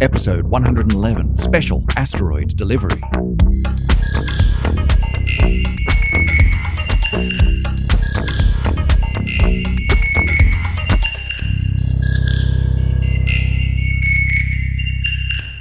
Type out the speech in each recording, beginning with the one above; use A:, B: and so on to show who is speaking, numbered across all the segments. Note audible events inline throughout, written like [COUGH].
A: Episode 111 Special Asteroid Delivery.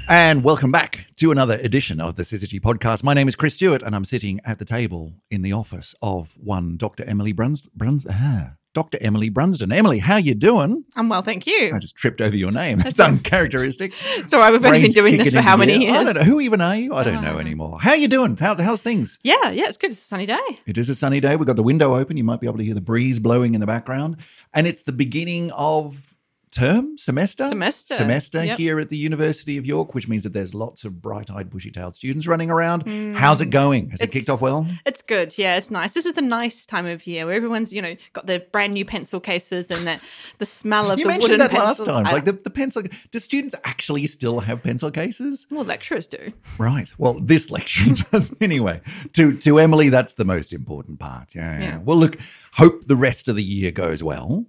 A: And welcome back to another edition of the Syzygy podcast. My name is Chris Stewart, and I'm sitting at the table in the office of one Dr. Emily Bruns Bruns ah, Dr. Emily Brunsden. Emily, how you doing?
B: I'm Um, well, thank
A: I
B: you.
A: just tripped over your name. It's uncharacteristic.
B: So I've only been
A: Brain's
B: doing this
A: kicking
B: for how
A: into
B: many
A: gear. I
B: years?
A: don't know. Who even are you? I don't know
B: Uh.
A: anymore. How you doing? How, how's things?
B: Yeah, yeah, it's good. It's a sunny day.
A: It is a sunny day. We've got the window open. You might be able to hear the breeze blowing in the background. And it's the beginning of term, semester?
B: Semester,
A: Semester
B: yep.
A: here at the University of York, which means that there's lots of bright eyed, bushy tailed students running around. How's it going? Has it kicked
B: Hmm. It's-
A: off well?
B: It's good. Yeah, it's nice. This is the nice time of year where everyone's, you know, got their brand new pencil cases and that the smell of
A: You
B: the
A: mentioned
B: wooden
A: that last
B: pencils.
A: time. It's
B: I-
A: Like the, the pencil. Do students actually still have pencil cases?
B: well, lecturers do.
A: Right. Well, this lecture [LAUGHS] does anyway. To to Emily, that's the most important part. Yeah.
B: Yeah. Hmm.
A: Well, look, hope the rest of the year goes well.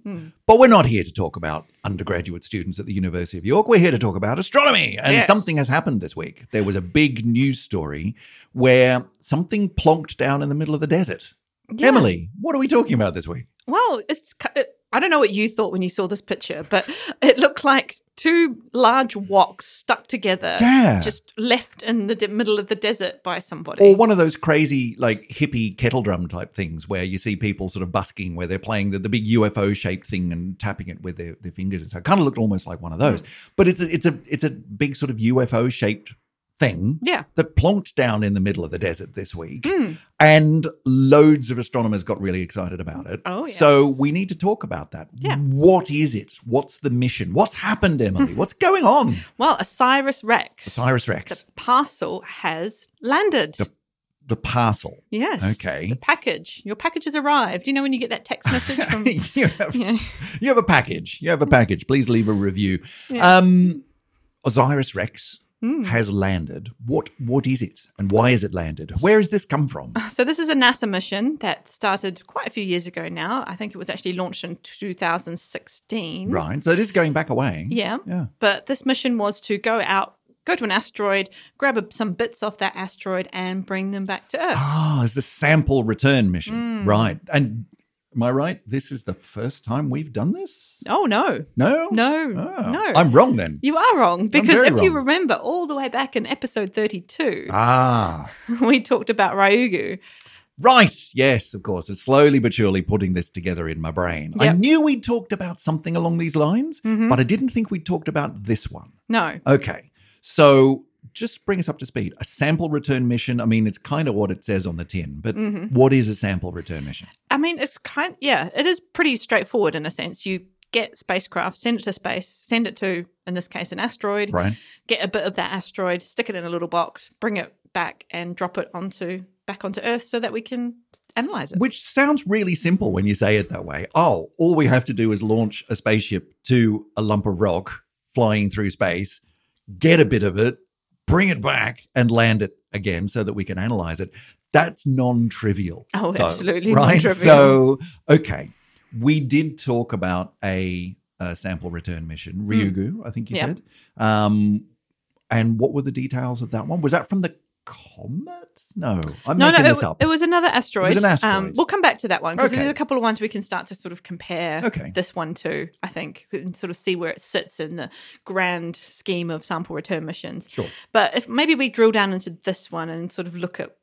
A: But we're not here to talk about undergraduate students at the University of York. We're here to talk about astronomy. And
B: Yes.
A: something has happened this week. There was a big news story where something plonked down in the middle of the desert.
B: Yeah.
A: Emily, what are we talking about this week?
B: Well, it's. cu- It, I don't know what you thought when you saw this picture, but it looked like two large woks stuck together,
A: Yeah.
B: just left in the de- middle of the desert by somebody.
A: Or one of those crazy, like hippie kettle drum type things where you see people sort of busking, where they're playing the, the big UFO shaped thing and tapping it with their, their fingers. And so it kind of looked almost like one of those. But it's a, it's a it's a big sort of UFO shaped thing
B: yeah.
A: that plonked down in the middle of the desert this week.
B: Mm.
A: And loads of astronomers got really excited about it.
B: Oh, yes.
A: So we need to talk about that.
B: Yeah.
A: What is it? What's the mission? What's happened,
B: [LAUGHS]
A: Emily? What's going on?
B: Well, Osiris Rex.
A: Osiris
B: The
A: Rex,
B: parcel has landed.
A: The the parcel.
B: Yes.
A: Okay.
B: The package. Your package has arrived. You know when you get that text message from.
A: [LAUGHS] you have
B: yeah.
A: you have a package. You have a package. Please leave a review.
B: Yeah.
A: Um, Osiris Rex
B: Hmm.
A: has landed. What what is it, and why has it landed? Where has this come from?
B: So this is a NASA mission that started quite a few years ago now. I think it was actually launched in 2016.
A: Right. So it is going back away.
B: Yeah.
A: Yeah.
B: But this mission was to go out, go to an asteroid, grab a, some bits off that asteroid, and bring them back to Earth.
A: [GASPS] Ah, it's the sample return mission.
B: Mm.
A: Right. And am I right? This is the first time we've done this.
B: Oh no,
A: No.
B: no,
A: Oh,
B: no!
A: I'm wrong then.
B: you are wrong because
A: very
B: if you
A: wrong.
B: remember all the way back in episode 32,
A: Ah.
B: [LAUGHS] we talked about Ryugu.
A: Right. Yes, of course. It's slowly but surely putting this together in my brain. I
B: Yep.
A: knew we talked about something along these lines,
B: Mhm.
A: but I didn't think we talked about this one.
B: No,
A: Okay. So just bring us up to speed. A sample return mission. I mean, it's kind of what it says on the tin, but
B: Mhm.
A: what is a sample return mission?
B: I mean, it's kind yeah, it is pretty straightforward in a sense. You get spacecraft, send it to space, send it to, in this case, an asteroid,
A: Right.
B: get a bit of that asteroid, stick it in a little box, bring it back and drop it onto back onto Earth so that we can analyze it.
A: Which sounds really simple when you say it that way. Oh, all we have to do is launch a spaceship to a lump of rock flying through space, get a bit of it, bring it back, and land it again so that we can analyze it. That's non trivial.
B: Oh,
A: though,
B: absolutely
A: right.
B: non-trivial.
A: So, okay, we did talk about a, a sample return mission, Ryugu, I think you
B: Hmm. Yeah.
A: said. Um, and what were the details of that one? Was that from the comet? No, I'm
B: no, no,
A: making
B: it,
A: this
B: w-
A: up.
B: it was another asteroid. Um,
A: asteroid.
B: we'll come back to that one because
A: Okay.
B: there's a couple of ones we can start to sort of compare
A: Okay.
B: this one to, I think, and sort of see where it sits in the grand scheme of sample return missions.
A: Sure.
B: But if maybe we drill down into this one and sort of look at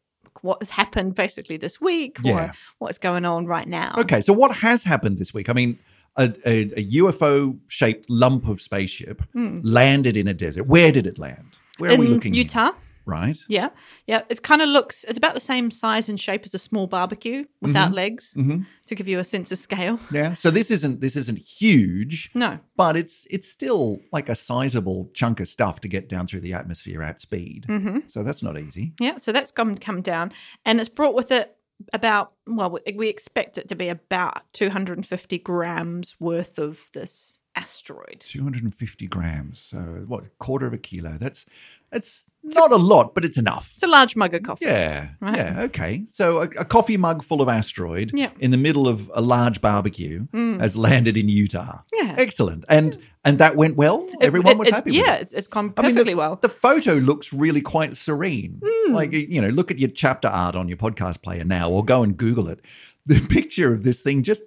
B: what has happened basically this week
A: Yeah.
B: or what's going on right now.
A: Okay, so what has happened this week? I mean, a, a, a UFO shaped lump of spaceship
B: Hmm.
A: landed in a desert. Where did it land? Where
B: in
A: are we looking? here?
B: Utah,
A: Right.
B: yeah, yeah. It kind of looks. It's about the same size and shape as a small barbecue without legs,
A: Mhm.
B: to give you a sense of scale.
A: Yeah. So this isn't this isn't huge,
B: No,
A: but it's it's still like a sizable chunk of stuff to get down through the atmosphere at speed.
B: hmm
A: So that's not easy.
B: yeah. So that's come come down, and it's brought with it about well, we- we expect it to be about 250 grams worth of this asteroid.
A: 250 grams. So what, quarter of a kilo? That's that's not a lot, but it's enough.
B: It's a large mug of coffee.
A: Yeah.
B: Right.
A: Yeah. Okay. So a, a coffee mug full of asteroid
B: Yeah.
A: in the middle of a large barbecue
B: Mm.
A: has landed in Utah.
B: Yeah.
A: Excellent. And and that went well.
B: It-
A: Everyone
B: it-
A: was
B: it-
A: happy with
B: Yeah,
A: it.
B: it's, it's gone
A: I mean,
B: perfectly well.
A: The photo looks really quite serene.
B: Mm.
A: Like you know, look at your chapter art on your podcast player now or go and google it. The [LAUGHS] picture of this thing just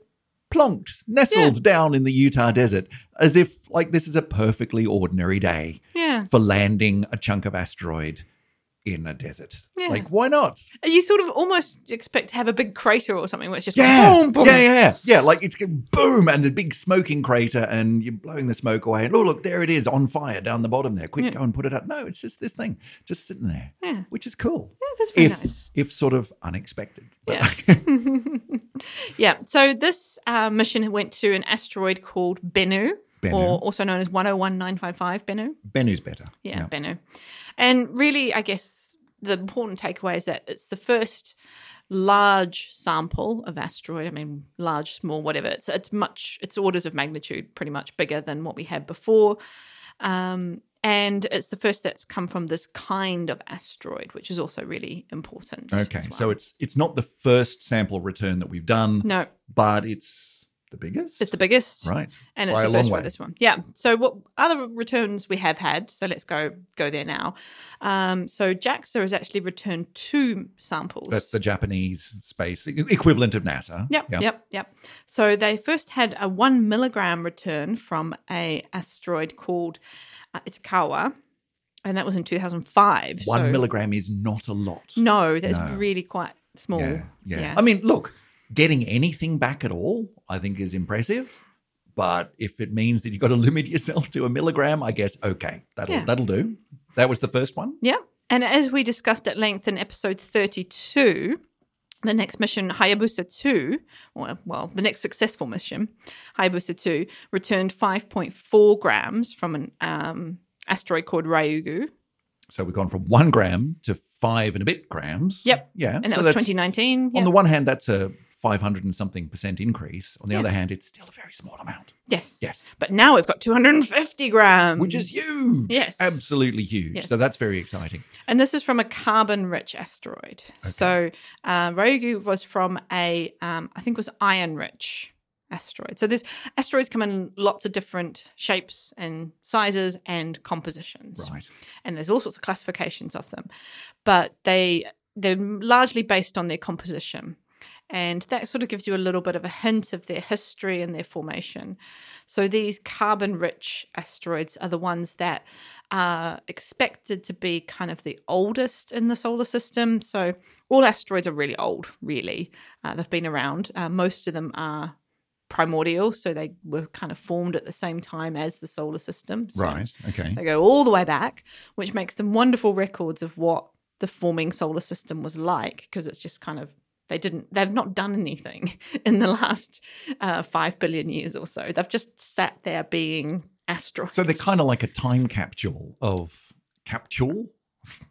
A: plonked, nestled down in the Utah desert as if like this is a perfectly ordinary day
B: yeah.
A: for landing a chunk of asteroid in a desert.
B: Yeah.
A: Like why not?
B: You sort of almost expect to have a big crater or something where it's just
A: Yeah.
B: boom, boom.
A: Yeah, yeah, yeah. Yeah, like it's boom and a big smoking crater and you're blowing the smoke away. And oh, look, there it is on fire down the bottom there. Quick,
B: Yeah.
A: go and put it out. No, it's just this thing just sitting there,
B: Yeah.
A: which is cool.
B: Yeah, Oh, that's very
A: if,
B: nice.
A: if sort of unexpected. But-
B: [LAUGHS] yeah. So this uh, mission went to an asteroid called Bennu,
A: Bennu.
B: or also known as 101955 Bennu.
A: Bennu's better.
B: Yeah, Bennu. And really, I guess the important takeaway is that it's the first large sample of asteroid. I mean, large, small, whatever. It's it's much. It's orders of magnitude, pretty much bigger than what we had before. Um, and it's the first that's come from this kind of asteroid, which is also really important. as
A: Okay.
B: well.
A: So it's it's not the first sample return that we've done,
B: no,
A: but it's the biggest.
B: it's the biggest,
A: right.
B: and it's
A: By a
B: the
A: long
B: first
A: way.
B: one. This one, yeah. So what other returns we have had? So let's go go there now. Um, so JAXA has actually returned two samples.
A: That's the Japanese space e- equivalent of NASA.
B: Yep, yep, yep. So they first had a one milligram return from a asteroid called uh, Itokawa, and that was in 2005.
A: One
B: so,
A: milligram is not a lot.
B: No, that's
A: No.
B: really quite small.
A: Yeah, yeah.
B: Yeah.
A: I mean, look, getting anything back at all, I think, is impressive. But if it means that you've got to [LAUGHS] limit yourself to a milligram, I guess okay, that'll
B: Yeah.
A: that'll do. That was the first one.
B: Yeah. And as we discussed at length in episode 32, the next mission, Hayabusa 2, or well, the next successful mission, Hayabusa 2, returned 5.4 grams from an um, asteroid called Ryugu.
A: So we've gone from one gram to five and a bit grams.
B: Yep.
A: Yeah.
B: And that
A: so
B: was
A: that's-
B: 2019.
A: On
B: Yeah.
A: the one hand, that's a five hundred and something percent increase. On the
B: Yeah.
A: other hand, it's still a very small amount.
B: yes.
A: Yes.
B: But now we've got 250 grams.
A: Which is huge.
B: Mm. Yes.
A: Absolutely huge.
B: Yes.
A: So that's very exciting.
B: And this is from a carbon rich asteroid. So uh, Ryugu was from a, um, I think it was iron rich asteroid. So there's asteroids come in lots of different shapes and sizes and compositions.
A: Right.
B: And there's all sorts of classifications of them. But they, they're largely based on their composition. And that sort of gives you a little bit of a hint of their history and their formation. So these carbon rich asteroids are the ones that are expected to be kind of the oldest in the solar system. So all asteroids are really old, really. Uh, they've been around. Uh, most of them are primordial, so they were kind of formed at the same time as the solar system. So
A: Right. Okay.
B: They go all the way back, which makes them wonderful records of what the forming solar system was like because it's just kind of they didn't they've not done anything [LAUGHS] in the last uh, five billion years or so they've just sat there being asteroids
A: So they're kind of like a time capsule of capsule.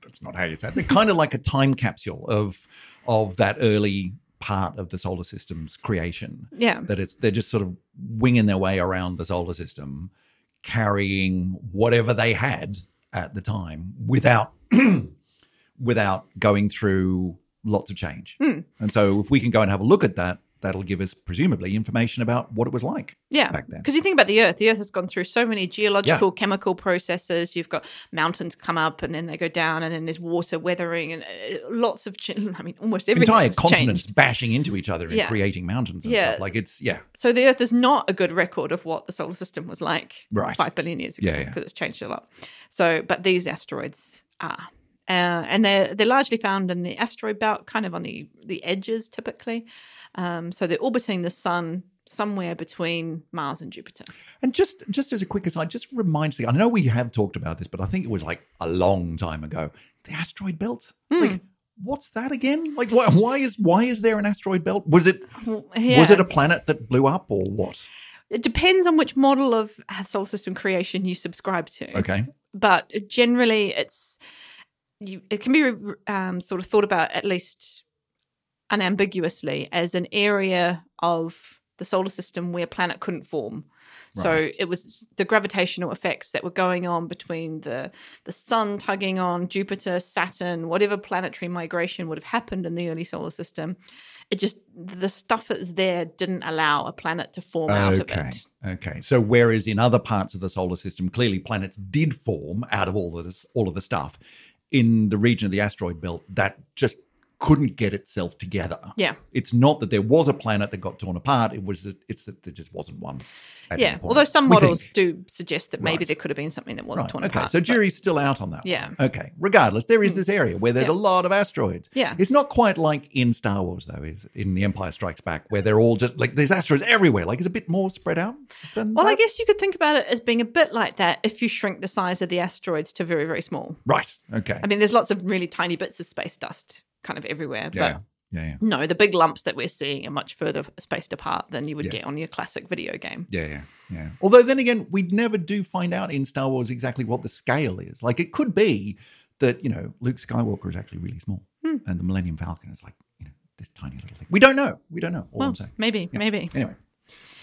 A: That's not how you say it. They're kind of like a time capsule of of that early part of the solar system's creation.
B: yeah
A: That it's they're just sort of winging their way around the solar system, carrying whatever they had at the time without [CLEARS THROAT] without going through lots of change.
B: Hmm.
A: And so if we can go and have a look at that, that'll give us presumably information about what it was like
B: yeah
A: back then.
B: Because you think about the Earth, the Earth has gone through so many geological, chemical processes. You've got mountains come up and then they go down, and then there's water weathering and uh, lots of, ch- [LAUGHS] I mean, almost everything.
A: entire
B: has
A: continents
B: changed.
A: bashing into each other and
B: Yeah.
A: creating mountains and
B: Yeah.
A: stuff. Like it's yeah,
B: So the Earth is not a good record of what the solar system was like
A: Right.
B: five billion years ago
A: Yeah, yeah.
B: because it's changed a lot. So, but these asteroids are. Uh, and they're they're largely found in the asteroid belt, kind of on the the edges typically. Um, so they're orbiting the sun somewhere between Mars and Jupiter.
A: and just just as a quick aside, just reminds me. I know we have talked about this, but I think it was like a long time ago. The asteroid belt,
B: Hmm.
A: like. What's that again? Like, why, why is why is there an asteroid belt? Was it was
B: Yeah.
A: it a planet that blew up or what?
B: It depends on which model of uh, solar system creation you subscribe to.
A: Okay,
B: But generally, it's you, it can be um, sort of thought about at least unambiguously as an area of the solar system where planet couldn't form. So
A: Right.
B: it was the gravitational effects that were going on between the the sun tugging on Jupiter, Saturn, whatever planetary migration would have happened in the early solar system. It just the stuff that's there didn't allow a planet to form out of
A: okay.
B: it.
A: Okay. So whereas in other parts of the solar system, clearly planets did form out of all of this, all of the stuff in the region of the asteroid belt that just couldn't get itself together.
B: Yeah.
A: It's not that there was a planet that got torn apart. It was that it's that there just wasn't one. at
B: yeah.
A: any point,
B: Although some
A: we
B: models
A: think.
B: do suggest that maybe
A: Right.
B: there could have been something that was
A: Right.
B: torn
A: okay.
B: apart.
A: so
B: but-
A: jury's still out on that. one.
B: Yeah. Hmm.
A: Okay. Regardless, there is this area where there's
B: Yeah.
A: a lot of asteroids.
B: Yeah.
A: It's not quite like in Star Wars though, is it? in The Empire Strikes Back, where they're all just like there's asteroids everywhere. Like it's a bit more spread out than
B: Well, I
A: that?
B: guess you could think about it as being a bit like that if you shrink the size of the asteroids to very, very small.
A: Right. Okay.
B: I mean, there's lots of really tiny bits of space dust kind of everywhere.
A: yeah.
B: But
A: Yeah. Yeah.
B: no, the big lumps that we're seeing are much further spaced apart than you would
A: Yeah.
B: get on your classic video game.
A: Yeah, yeah, yeah. Although then again, we never do find out in Star Wars exactly what the scale is. Like it could be that, you know, Luke Skywalker is actually really small
B: Hmm.
A: and the Millennium Falcon is like, you know, this tiny little thing. We don't know. We don't know. All
B: well,
A: I'm saying.
B: maybe,
A: Yeah.
B: maybe.
A: Anyway.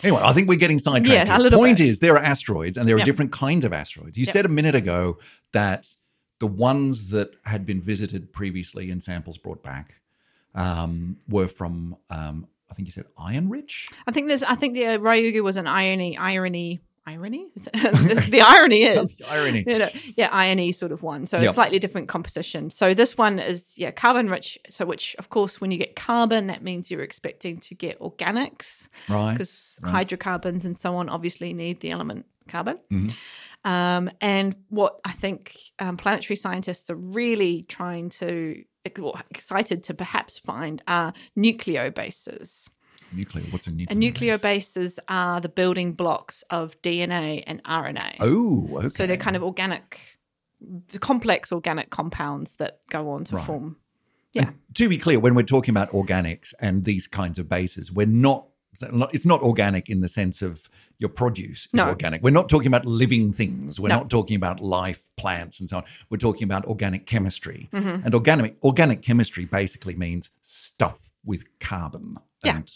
A: Anyway, I think we're getting sidetracked.
B: Yeah,
A: here.
B: a little
A: Point
B: bit.
A: is, there are asteroids and there are
B: Yeah.
A: different kinds of asteroids. You
B: Yeah.
A: said a minute ago that the ones that had been visited previously and samples brought back um, were from, um, I think you said Iron Ridge?
B: I think there's. I think the uh, Ryugu was an irony, irony, irony.
A: [LAUGHS]
B: [LAUGHS] the the irony
A: That's
B: is.
A: the irony.
B: you know, [LAUGHS] yeah, irony sort of one. So
A: Yeah.
B: a slightly different composition. So this one is yeah, carbon rich. So which of course, when you get carbon, that means you're expecting to get organics.
A: Right.
B: because
A: right.
B: hydrocarbons and so on obviously need the element carbon.
A: Mhm.
B: Um, and what I think um, planetary scientists are really trying to, or excited to perhaps find, are nucleobases.
A: Nuclear. What's a nuclear?
B: And nucleobases are the building blocks of DNA and RNA.
A: Oh, okay.
B: So they're kind of organic, the complex organic compounds that go on to
A: Right.
B: form.
A: To be clear, when we're talking about organics and these kinds of bases, we're not. It's not organic in the sense of your produce is
B: No.
A: organic. We're not talking about living things. We're
B: No.
A: not talking about life, plants, and so on. We're talking about organic chemistry.
B: Mhm.
A: And organic organic chemistry basically means stuff with carbon
B: Yeah.
A: and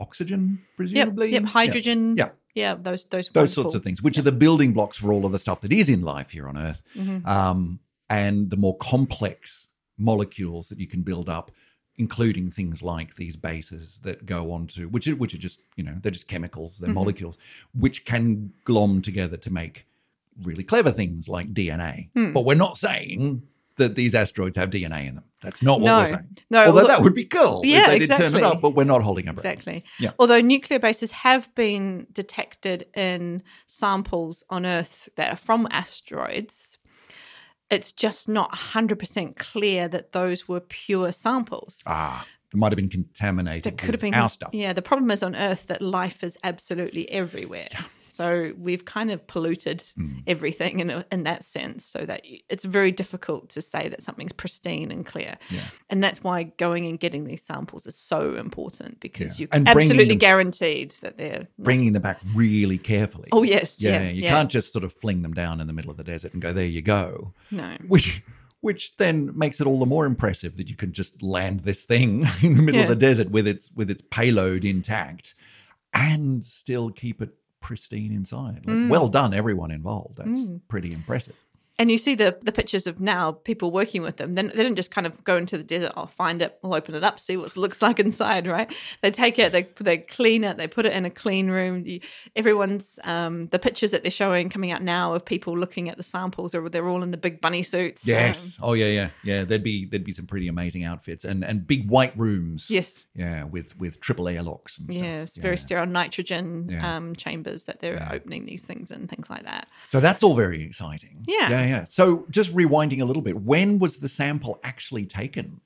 A: oxygen,
B: Yep,
A: presumably.
B: yep, hydrogen.
A: Yeah.
B: Yeah, those those
A: Those sorts of things, which are the building blocks for all of the stuff that is in life here on Earth.
B: things.
A: um, and the more complex molecules that you can build up, including things like these bases that go on to which are, which are just you know they're just chemicals, they're
B: Mhm.
A: molecules, which can glom together to make really clever things like DNA.
B: Hmm.
A: But we're not saying that these asteroids have DNA in them. That's not what
B: No.
A: we're saying.
B: No,
A: Although
B: look-
A: that would be cool if
B: Yeah,
A: they did turn it
B: exactly.
A: up, but we're not holding our breath.
B: Exactly.
A: Yeah.
B: Although nuclear bases have been detected in samples on Earth that are from asteroids, it's just not 100% clear that those were pure samples.
A: Ah, it might have been contaminated.
B: That could have
A: with
B: been
A: our stuff.
B: Yeah, the problem is on Earth that life is absolutely everywhere. So we've kind of polluted
A: Mm.
B: everything in, a, in that sense, so that y- it's very difficult to say that something's pristine and clear.
A: Yeah.
B: And that's why going and getting these samples is so important
A: Yeah.
B: because you're
A: And bringing
B: absolutely
A: them-
B: guaranteed that they're not
A: Bringing them back really carefully.
B: Oh yes,
A: Yeah,
B: yeah.
A: you
B: yeah.
A: can't just sort of fling them down in the middle of the desert and go, there you go.
B: No.
A: Which which then makes it all the more impressive that you can just land this thing [LAUGHS] in the middle of
B: Yeah.
A: the desert with its with its payload intact and still keep it pristine inside. Like,
B: Mm.
A: Well done, everyone involved. That's
B: Mm.
A: pretty impressive.
B: And you see the the pictures of now people working with them. Then they didn't just kind of go into the desert. I'll find it. I'll open it up. See what it looks [LAUGHS] like inside. Right? They take it. They they clean it. They put it in a clean room. You, everyone's um, the pictures that they're showing coming out now of people looking at the samples. Or they're all in the big bunny suits. um,
A: Yes. Oh yeah, yeah. Yeah. There'd be there'd be some pretty amazing outfits and and big white rooms.
B: Um, yes.
A: Yeah, with with triple airlocks and stuff.
B: Yes.
A: Yeah,
B: Very
A: yeah.
B: sterile nitrogen
A: Yeah.
B: um, chambers that they're
A: Yeah.
B: opening these things in. Things like that.
A: So that's all very exciting.
B: Yeah.
A: Yeah, yeah. So just rewinding a little bit, when was the sample actually taken?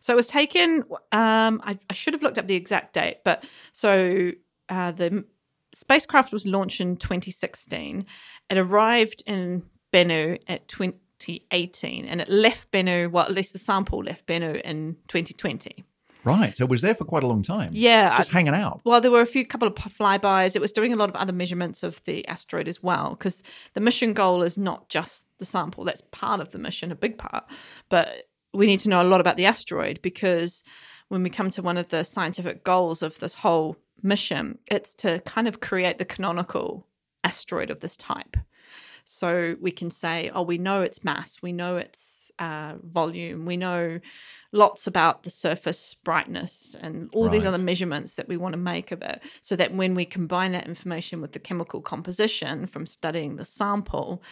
B: So it was taken. Um, I, I should have looked up the exact date, but so uh, the m- spacecraft was launched in 2016. It arrived in Bennu at 2018, and it left Bennu. Well, at least the sample left Bennu in 2020.
A: Right. So it was there for quite a long time.
B: Yeah.
A: Just hanging out.
B: well, there were a few couple of p- flybys. It was doing a lot of other measurements of the asteroid as well, because the mission goal is not just the sample. That's part of the mission, a big part. But we need to know a lot about the asteroid because when we come to one of the scientific goals of this whole mission, it's to kind of create the canonical asteroid of this type. So we can say, oh, we know its mass, we know its uh, volume, we know lots about the surface brightness and all these
A: Right.
B: other measurements that we want to make of it. So that when we combine that information with the chemical composition from studying the sample,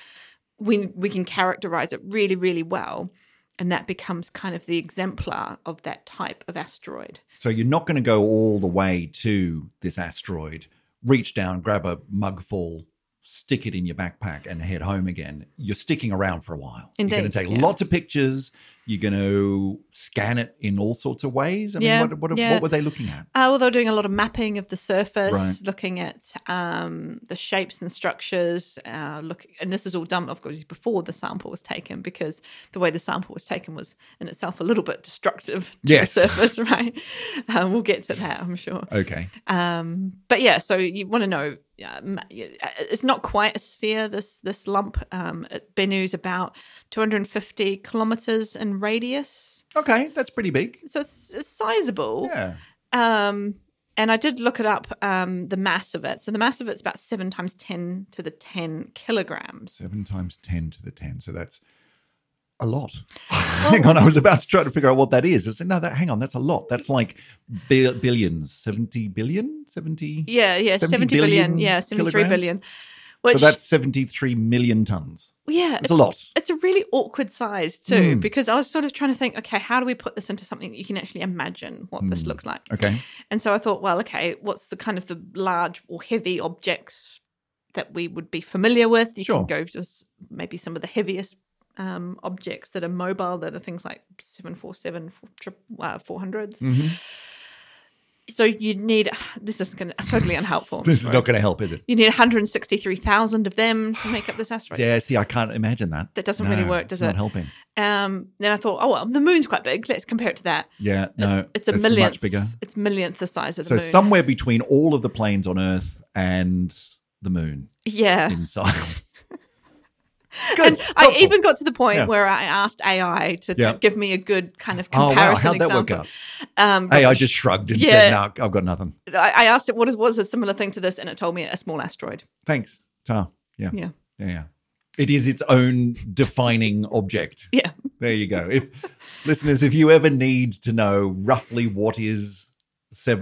B: we, we can characterize it really, really well. And that becomes kind of the exemplar of that type of asteroid.
A: So you're not going to go all the way to this asteroid, reach down, grab a mugful, stick it in your backpack, and head home again. You're sticking around for a while.
B: Indeed,
A: you're going to take
B: yeah.
A: lots of pictures. You're going to scan it in all sorts of ways. I mean,
B: Yeah,
A: what, what,
B: yeah.
A: what were they looking at?
B: Uh, well, they were doing a lot of mapping of the surface,
A: Right.
B: looking at um, the shapes and structures. Uh, look, and this is all done, of course, before the sample was taken, because the way the sample was taken was in itself a little bit destructive to
A: Yes.
B: the surface, [LAUGHS] right? Um, we'll get to that, I'm sure.
A: Okay.
B: Um, but yeah, so you want to know. Um, it's not quite a sphere. This this lump, um, at Bennu's about 250 kilometers in radius,
A: Okay. That's pretty big.
B: so it's, it's sizable.
A: Yeah.
B: Um, and I did look it up, um, the mass of it. So the mass of it's about seven times 10 to the 10 kilograms.
A: Seven times 10 to the 10. So that's a lot.
B: [LAUGHS]
A: hang on. I was about to try to figure out what that is. I said, no, that, hang on. That's a lot. That's like bi- billions, 70 billion, 70.
B: Yeah, yeah,
A: 70
B: seventy billion.
A: billion
B: Yeah, seventy-three
A: kilograms?
B: billion. Which,
A: so that's 73 million tons.
B: yeah,
A: It's a lot.
B: it's a really awkward size too,
A: Mm.
B: because I was sort of trying to think, okay, how do we put this into something that you can actually imagine what this
A: Mm.
B: looks like?
A: Okay.
B: And so I thought, well, okay, what's the kind of the large or heavy objects that we would be familiar with? You
A: Sure.
B: can go to s- maybe some of the heaviest um, objects that are mobile, that are things like 747, four- trip- uh, 400s.
A: Mm.
B: So you need, [SIGHS] this is going to totally unhelpful.
A: [LAUGHS]
B: I'm
A: This is
B: sorry.
A: not going to help, is it?
B: you need 163,000 of them to make
A: [SIGHS]
B: up this asteroid.
A: Yeah, see, I can't imagine that.
B: That doesn't really
A: No,
B: work,
A: it's
B: does
A: not
B: it?
A: helping.
B: Um, then I thought, oh, well, the moon's quite big. Let's compare it to that.
A: Yeah, no.
B: It's a
A: it's
B: millionth.
A: much bigger.
B: It's millionth the size of the
A: So
B: moon.
A: somewhere between all of the planes on Earth and the
B: [LAUGHS]
A: moon
B: yeah.
A: in size. Good.
B: And I
A: helpful.
B: even got to the point
A: Yeah.
B: where I asked AI to, to
A: Yeah.
B: give me a good kind of
A: Oh,
B: comparison
A: wow. How'd that
B: example.
A: work out?
B: Um,
A: Hey, I just shrugged and
B: Yeah.
A: said, no, I've got nothing.
B: but I, I asked it what is was a similar thing to this, and it told me a small asteroid. [LAUGHS]
A: Thanks, Ta. Yeah.
B: Yeah.
A: Yeah. yeah. It is its own defining object.
B: Yeah,
A: There you go. If listeners, if you ever need to know roughly what is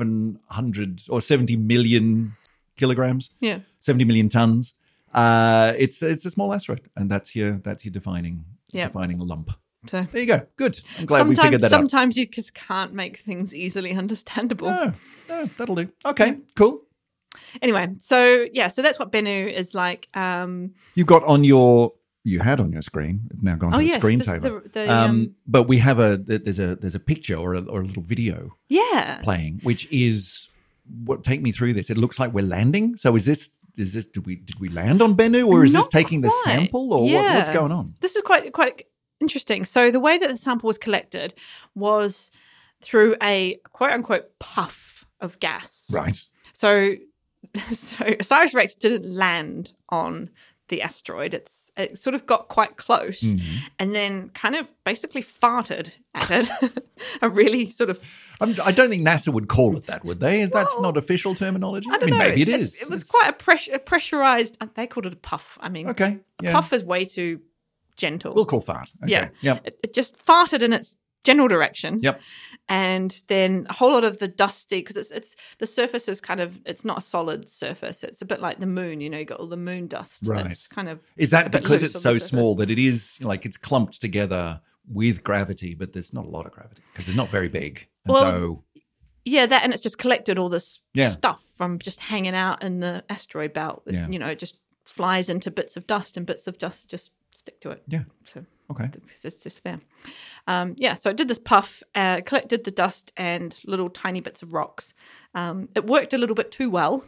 A: 700 or 70 million kilograms,
B: yeah,
A: 70 million tons, uh, it's it's a small asteroid, and that's your that's your defining
B: Yeah.
A: defining lump.
B: so.
A: There you go. Good. I'm glad
B: sometimes,
A: we figured that out.
B: sometimes you just can't make things easily understandable.
A: No, no, Oh, that'll do. Okay, cool.
B: Anyway, so yeah, so that's what Bennu is like. Um,
A: You've got on your you had on your screen. It's now gone
B: oh
A: to
B: yes,
A: the
B: this-
A: screensaver.
B: the, the, um,
A: um, but we have a there's a there's a picture or a, or a little video
B: yeah,
A: playing, which is what take me through this. It looks like we're landing. So is this is this did we did we land on Bennu or is this
B: Not
A: taking the
B: quite.
A: sample or what, what's
B: Yeah.
A: going on?
B: this is quite quite interesting. So the way that the sample was collected was through a quote unquote puff of gas.
A: Right.
B: So, [LAUGHS] so Osiris Rex didn't land on the asteroid. It's it sort of got quite close
A: Mhm.
B: and then kind of basically farted at it. [LAUGHS] a really sort of
A: I'm, I don't think NASA would call it that, would they? That's
B: Well,
A: not official terminology.
B: I don't
A: mean,
B: know.
A: maybe it
B: it's-
A: is.
B: It was
A: It's-
B: quite a, press, a pressurized. uh, They called it a puff. I mean,
A: okay. Yeah,
B: puff is way too gentle.
A: we'll call fart. Okay.
B: Yeah.
A: Yep.
B: it, it just farted in its general direction.
A: Yep.
B: And then a whole lot of the dusty because it's it's the surface is kind of it's not a solid surface. It's a bit like the moon. You know, you got all the moon dust.
A: Right.
B: That's kind of
A: Is
B: A
A: that
B: bit
A: because
B: loose
A: it's
B: on
A: so
B: the surface.
A: small that it is like it's clumped together with gravity, but there's not a lot of gravity because it's not very big, and
B: Well, um,
A: so
B: yeah that and it's just collected all this
A: Yeah.
B: stuff from just hanging out in the asteroid belt. It,
A: Yeah.
B: You know, it just flies into bits of dust and bits of dust just stick to it.
A: Yeah.
B: So [LAUGHS]
A: okay.
B: it's, it's just there. Um, yeah, so it did this puff, uh, collected the dust and little tiny bits of rocks. Um, it worked a little bit too well.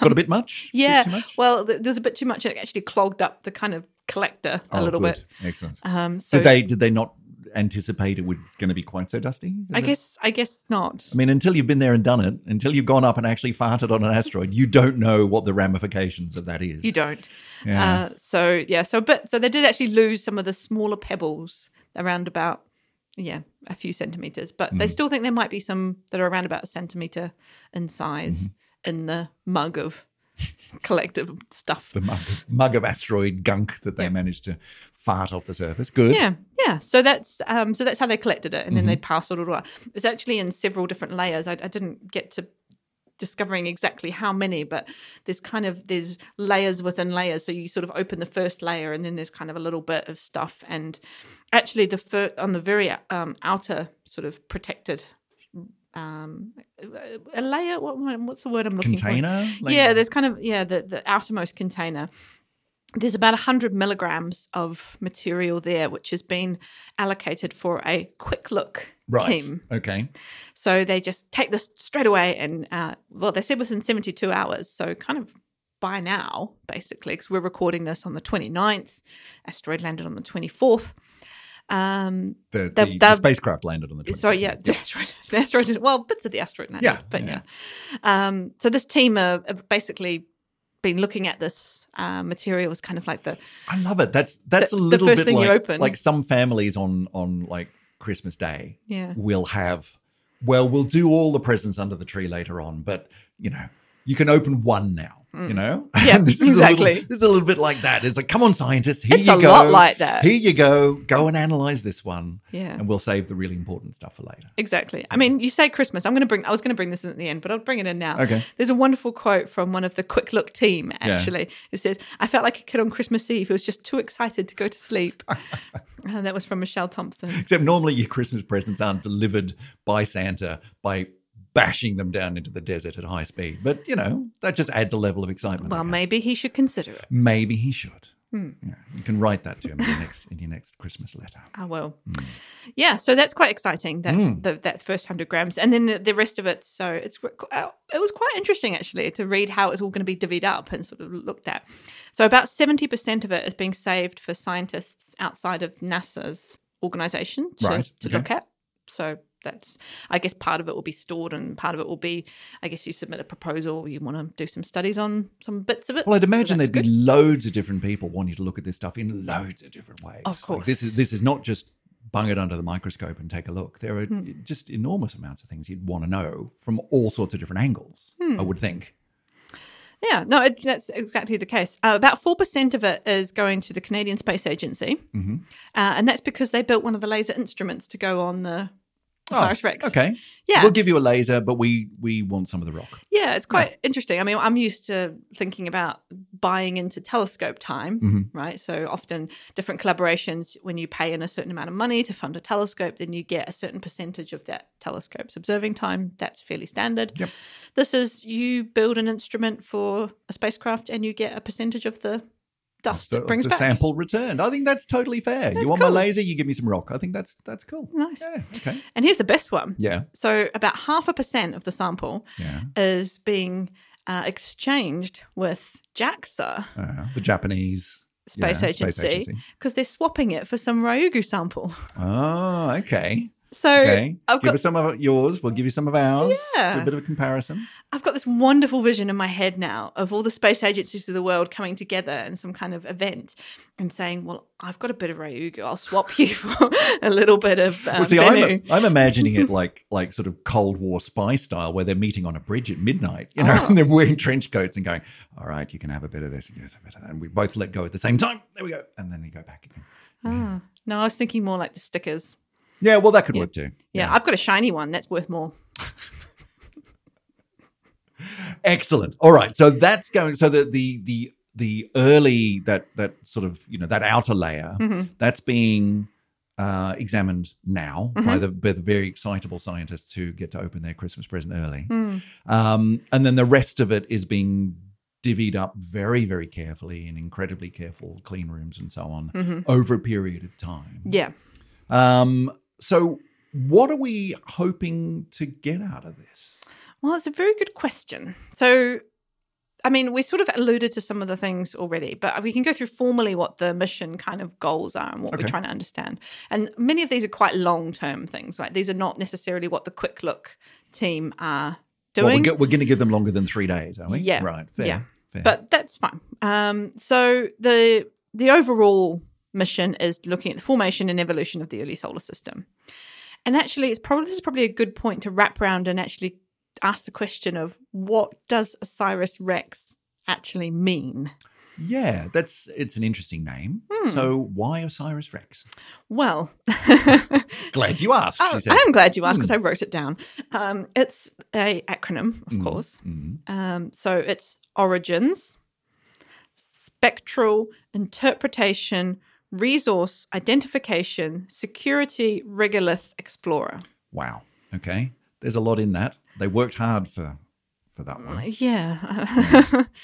A: Got [LAUGHS] a bit much. Bit
B: Yeah.
A: too much?
B: Well, th- there's a bit too much, and it actually clogged up the kind of collector a
A: Oh,
B: little
A: good.
B: bit.
A: Excellent.
B: Um, so
A: did they did they not anticipate it was going to be quite so dusty? Is
B: I
A: it-
B: guess I guess not.
A: I mean, until you've been there and done it, until you've gone up and actually farted on an asteroid, you don't know what the ramifications of that is.
B: You don't.
A: Yeah.
B: Uh, so yeah, so a bit. So they did actually lose some of the smaller pebbles around about yeah, a few centimeters, but they still think there might be some that are around about a centimeter in size in the mug of [LAUGHS] collective stuff.
A: The mug, mug of asteroid gunk that they managed to fart off the surface. Good. Mm-hmm.
B: Yeah, yeah. So that's um, so that's how they collected it, and then they passed it all around. It's actually in several different layers. I, I didn't get to discovering exactly how many, but there's kind of there's layers within layers. So you sort of open the first layer, and then there's kind of a little bit of stuff. And actually, the fir- on the very um, outer sort of protected. Um, a layer. What, what's the word I'm looking for?
A: Container. Like-
B: yeah, there's kind of yeah the the outermost container. There's about 100 milligrams of material there, which has been allocated for a quick look
A: right.
B: team.
A: Okay.
B: So they just take this straight away, and uh, well, they said within 72 hours. So kind of by now, basically, because we're recording this on the 29th. Asteroid landed on the 24th. Um,
A: The,
B: The-
A: the, the
B: the-
A: spacecraft landed on the. 24th.
B: sorry, yeah, the asteroid, [LAUGHS] the asteroid, well, bits of the asteroid landed,
A: Yeah,
B: but
A: yeah.
B: yeah. Um, so this team are, have basically been looking at this uh, material as kind of like the
A: I love it. That's that's
B: The-
A: a
B: the
A: little
B: first
A: bit
B: thing you
A: like
B: open.
A: like some families on on like Christmas Day
B: yeah
A: will have. Well, we'll do all the presents under the tree later on, but you know you can open one now. You know,
B: Mm. [LAUGHS] Yeah,
A: And [LAUGHS] this Is a
B: exactly.
A: little, this is a little bit like that. It's like, come on, scientists, here
B: it's
A: you
B: a
A: go.
B: lot like that
A: here you go. Go and analyze this one,
B: yeah
A: and we'll save the really important stuff for later.
B: exactly i mean you say christmas i'm going to bring i was going to bring this in at the end but i'll bring it in now
A: Okay.
B: there's a wonderful quote from one of the quick look team actually it says i felt like a kid on christmas eve who was just too excited to go to
A: [LAUGHS]
B: sleep and that was from michelle thompson
A: Except normally your Christmas presents aren't delivered by Santa by bashing them down into the desert at high speed. But you know that just adds a level of excitement. I
B: well
A: guess.
B: maybe he should consider it
A: Maybe he should.
B: Hmm.
A: Yeah, you can write that to him in your next in your next Christmas letter.
B: I will. Oh, Yeah, so that's quite exciting. That
A: Mm.
B: the, that first hundred grams, and then the, the rest of it. So it's uh, it was quite interesting actually to read how it's all going to be divvied up and sort of looked at. So about seventy percent of it is being saved for scientists outside of NASA's organization to,
A: Right,
B: to
A: okay.
B: look at. So that's I guess part of it will be stored, and part of it will be I guess you submit a proposal. You want to do some studies on some bits of it.
A: Well, I'd
B: So
A: imagine
B: that's
A: there'd be
B: good.
A: loads of different people wanting to look at this stuff in loads of different ways.
B: Of
A: Like, this is
B: course.
A: this is not just bung it under the microscope and take a look. There are
B: Hmm.
A: just enormous amounts of things you'd want to know from all sorts of different angles.
B: Hmm.
A: I would think.
B: Yeah, no, it, that's exactly the case. Uh, about 4% of it is going to the Canadian Space Agency.
A: Mhm.
B: Uh, and that's because they built one of the laser instruments to go on the Osiris Rex.
A: Oh, Okay.
B: Yeah. Oh,
A: We'll give you a laser, but we we want some of the rock.
B: yeah, it's quite interesting. I mean, I'm used to thinking about buying into telescope time,
A: Mhm.
B: right? So often different collaborations, when you pay in a certain amount of money to fund a telescope, then you get a certain percentage of that telescope's observing time. That's fairly standard.
A: Yep.
B: This is you build an instrument for a spacecraft and you get a percentage of the dust
A: The,
B: it brings
A: the
B: back.
A: sample returned. I think that's totally fair. you
B: That's
A: want
B: cool. Hmm.
A: my laser, you give me some rock. I think that's that's cool.
B: Nice.
A: Yeah. Okay.
B: And here's the best one.
A: Yeah.
B: So about half a percent of the sample
A: Yeah.
B: is being uh, exchanged with JAXA
A: Uh, the Japanese yeah,
B: Space Agency because they're swapping it for some Ryugu sample. [LAUGHS]
A: Oh, okay.
B: So
A: Okay.
B: I've
A: give
B: got
A: us some of yours. We'll give you some of ours.
B: Yeah.
A: Do a bit of a comparison.
B: I've got this wonderful vision in my head now of all the space agencies of the world coming together in some kind of event and saying, "Well, I've got a bit of Ryugu. I'll swap you [LAUGHS] for a little bit of." Um,
A: well, see, I'm,
B: Bennu."
A: I'm imagining it like like sort of Cold War spy style, where they're meeting on a bridge at midnight, you know, [LAUGHS]
B: Oh.
A: and they're wearing trench coats and going, "All right, you can have a bit of this, you can have a bit of that," and we both let go at the same time. There we go, and then you go back again.
B: Ah. No, I was thinking more like the stickers.
A: Yeah, well, that could work too.
B: Yeah, I've got a shiny one that's worth more.
A: Excellent. All right. So that's going so the the the the early that that sort of, you know, that outer layer
B: Mm-hmm.
A: that's being uh, examined now by,
B: Mm-hmm.
A: the, by the very excitable scientists who get to open their Christmas present early.
B: Mm-hmm.
A: Um, and then the rest of it is being divvied up very, very carefully in incredibly careful clean rooms and so on over a period of time.
B: Mm-hmm. Yeah.
A: Um, so, what are we hoping to get out of this?
B: Well, it's a very good question. So, I mean, we sort of alluded to some of the things already, but we can go through formally what the mission kind of goals are and what
A: Okay.
B: we're trying to understand. And many of these are quite long term things, right? These are not necessarily what the quick look team are doing.
A: Well, we're, go- we're going to give them longer than three days, are we?
B: Yeah.
A: Right. Fair.
B: Yeah.
A: Fair.
B: but that's fine. Um, so the the overall mission is looking at the formation and evolution of the early solar system. And actually, it's probably this is probably a good point to wrap around and actually ask the question of what does Osiris Rex actually mean?
A: Yeah, that's it's an interesting name.
B: Hmm.
A: So why Osiris Rex?
B: [LAUGHS] Well,
A: Glad you asked.
B: Oh,
A: she said.
B: I'm glad you asked because
A: Hmm.
B: I wrote it down. Um, it's a acronym, of
A: Mm.
B: course.
A: Mhm.
B: Um, so it's origins, spectral interpretation, resource identification, security regolith explorer.
A: Wow. Okay. There's a lot in that. They worked hard for for that one.
B: Yeah,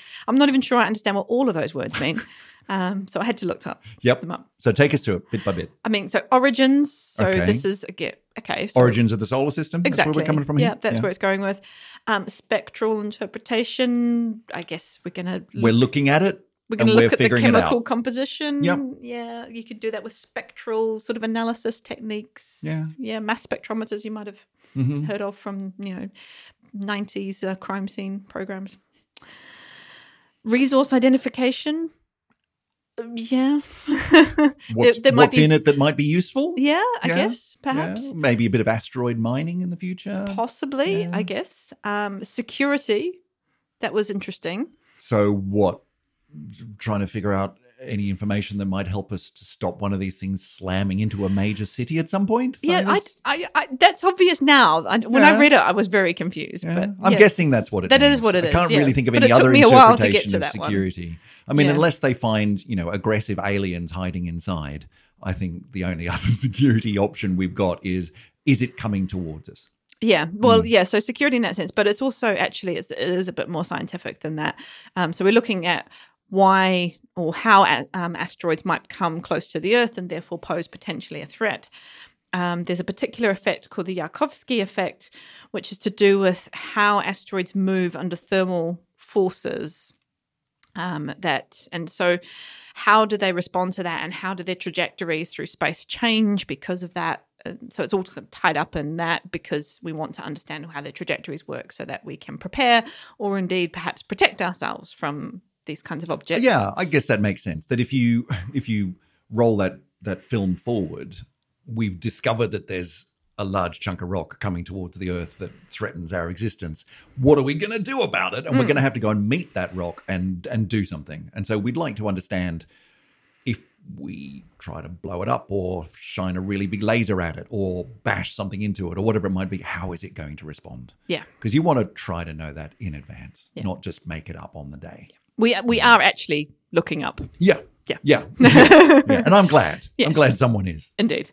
B: [LAUGHS] I'm not even sure I understand what all of those words mean. um, so I had to look up,
A: Yep.
B: them up.
A: So take us to it bit by bit.
B: I mean, so origins. So
A: Okay.
B: this is again okay. So
A: Origins of the solar system.
B: Exactly.
A: That's where we're coming from
B: yeah,
A: here.
B: that's where it's going with. Um, spectral interpretation. I guess we're gonna
A: we're looking at it.
B: we're gonna
A: and we're
B: look at the
A: figuring it out.
B: chemical composition.
A: Yep.
B: Yeah, you could do that with spectral sort of analysis techniques.
A: Yeah.
B: yeah, mass spectrometers you might have
A: Mhm.
B: heard of from you know 90s uh, crime scene programs resource identification Um, yeah [LAUGHS]
A: What's,
B: there might
A: what's
B: be-
A: in it that might be useful?
B: yeah i
A: Yeah,
B: guess
A: Yeah,
B: perhaps
A: Maybe a bit of asteroid mining in the future.
B: possibly
A: Yeah.
B: i guess um security that was interesting
A: so what? Trying to figure out any information that might help us to stop one of these things slamming into a major city at some point. I
B: yeah
A: mean,
B: I,
A: that's-
B: I i that's obvious now I, when i
A: Yeah.
B: read it i was very confused
A: Yeah.
B: but
A: I'm
B: yeah.
A: guessing that's what it
B: That
A: means.
B: is what it
A: I can't
B: is,
A: really
B: yeah.
A: think of
B: But
A: any
B: it took
A: other
B: me a while to get
A: interpretation
B: to
A: of
B: that one.
A: security. I mean,
B: Yeah.
A: unless they find, you know, aggressive aliens hiding inside, I think the only [LAUGHS] other security option we've got is is it coming towards us?
B: Yeah, well, yeah. So security in that sense, but it's also actually it's, it is a bit more scientific than that. Um, so we're looking at why or how a- um, asteroids might come close to the Earth and therefore pose potentially a threat. Um, there's a particular effect called the Yarkovsky effect, which is to do with how asteroids move under thermal forces. Um, that and so, how do they respond to that, and how do their trajectories through space change because of that? And so it's all kind of tied up in that because we want to understand how their trajectories work, so that we can prepare or indeed perhaps protect ourselves from these kinds of objects.
A: Yeah, I guess that makes sense. That if you [LAUGHS] if you roll that that film forward, we've discovered that there's a large chunk of rock coming towards the Earth that threatens our existence. What are we going to do about it? And we're
B: Mm.
A: going to have to go and meet that rock and and do something. And so we'd like to understand if we try to blow it up or shine a really big laser at it or bash something into it or whatever it might be, how is it going to respond?
B: Yeah.
A: Because you want to try to know that in advance,
B: Yeah.
A: not just make it up on the day.
B: we we are actually looking up.
A: Yeah.
B: Yeah. [LAUGHS]
A: Yeah. yeah. And I'm glad.
B: Yeah.
A: I'm glad someone is.
B: Indeed.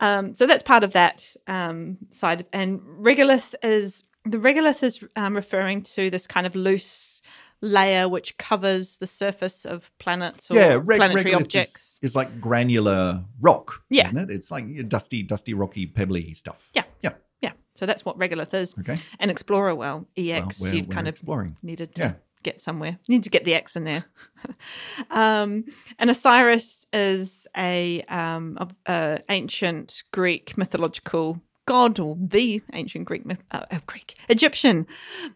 B: Um, so that's part of that um, side. And regolith is the regolith is um, referring to this kind of loose layer which covers the surface of planets or
A: yeah. Reg-
B: planetary
A: regolith is-
B: objects.
A: Is, like granular rock.
B: Yeah.
A: Isn't it? It's like dusty, dusty, rocky, pebbly stuff.
B: Yeah.
A: Yeah.
B: Yeah. So that's what regolith is.
A: Okay.
B: And explorer, well,
A: Well,
B: ex,
A: we're,
B: you'd
A: we're
B: kind of
A: exploring.
B: needed to
A: Yeah.
B: get somewhere. You need to get the X in there. [LAUGHS] um, and Osiris is a, um, a, a ancient Greek mythological god, or the ancient Greek myth, uh, uh, Greek Egyptian.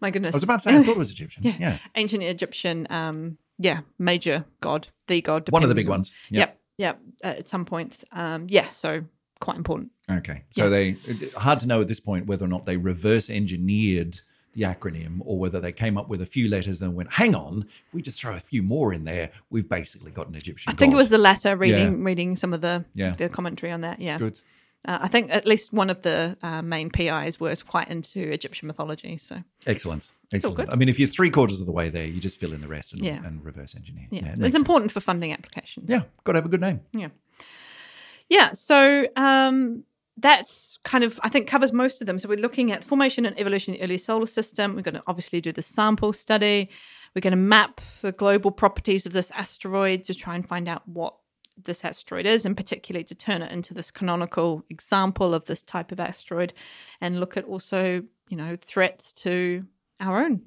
B: My goodness,
A: I was about to say, I thought it was Egyptian.
B: Yeah.
A: Yes.
B: ancient Egyptian. Um, yeah, major god, the god.
A: One of the
B: depending
A: big
B: on-
A: ones. Yeah.
B: Yep, yep. uh, at some points, um, yeah. So quite important.
A: Okay. So they hard to know at this point whether or not they reverse engineered the acronym or whether they came up with a few letters and went, hang on, if we just throw a few more in there, we've basically got an Egyptian.
B: I think it
A: god."
B: was the latter. Reading, reading some of the
A: Yeah.
B: the commentary on that. Yeah.
A: good.
B: Uh, I think at least one of the uh, main PIs was quite into Egyptian mythology. So,
A: Excellent.
B: all
A: Excellent.
B: good.
A: I mean, if you're three quarters of the way there, you just fill in the rest and,
B: Yeah.
A: and reverse engineer.
B: yeah,
A: it makes
B: it's
A: sense.
B: important for funding applications.
A: Yeah, got to have a good name.
B: Yeah, so um, that's kind of, I think, covers most of them. So, we're looking at formation and evolution of the early solar system. We're going to obviously do the sample study. We're going to map the global properties of this asteroid to try and find out what this asteroid is, and particularly to turn it into this canonical example of this type of asteroid and look at also, you know, threats to our own.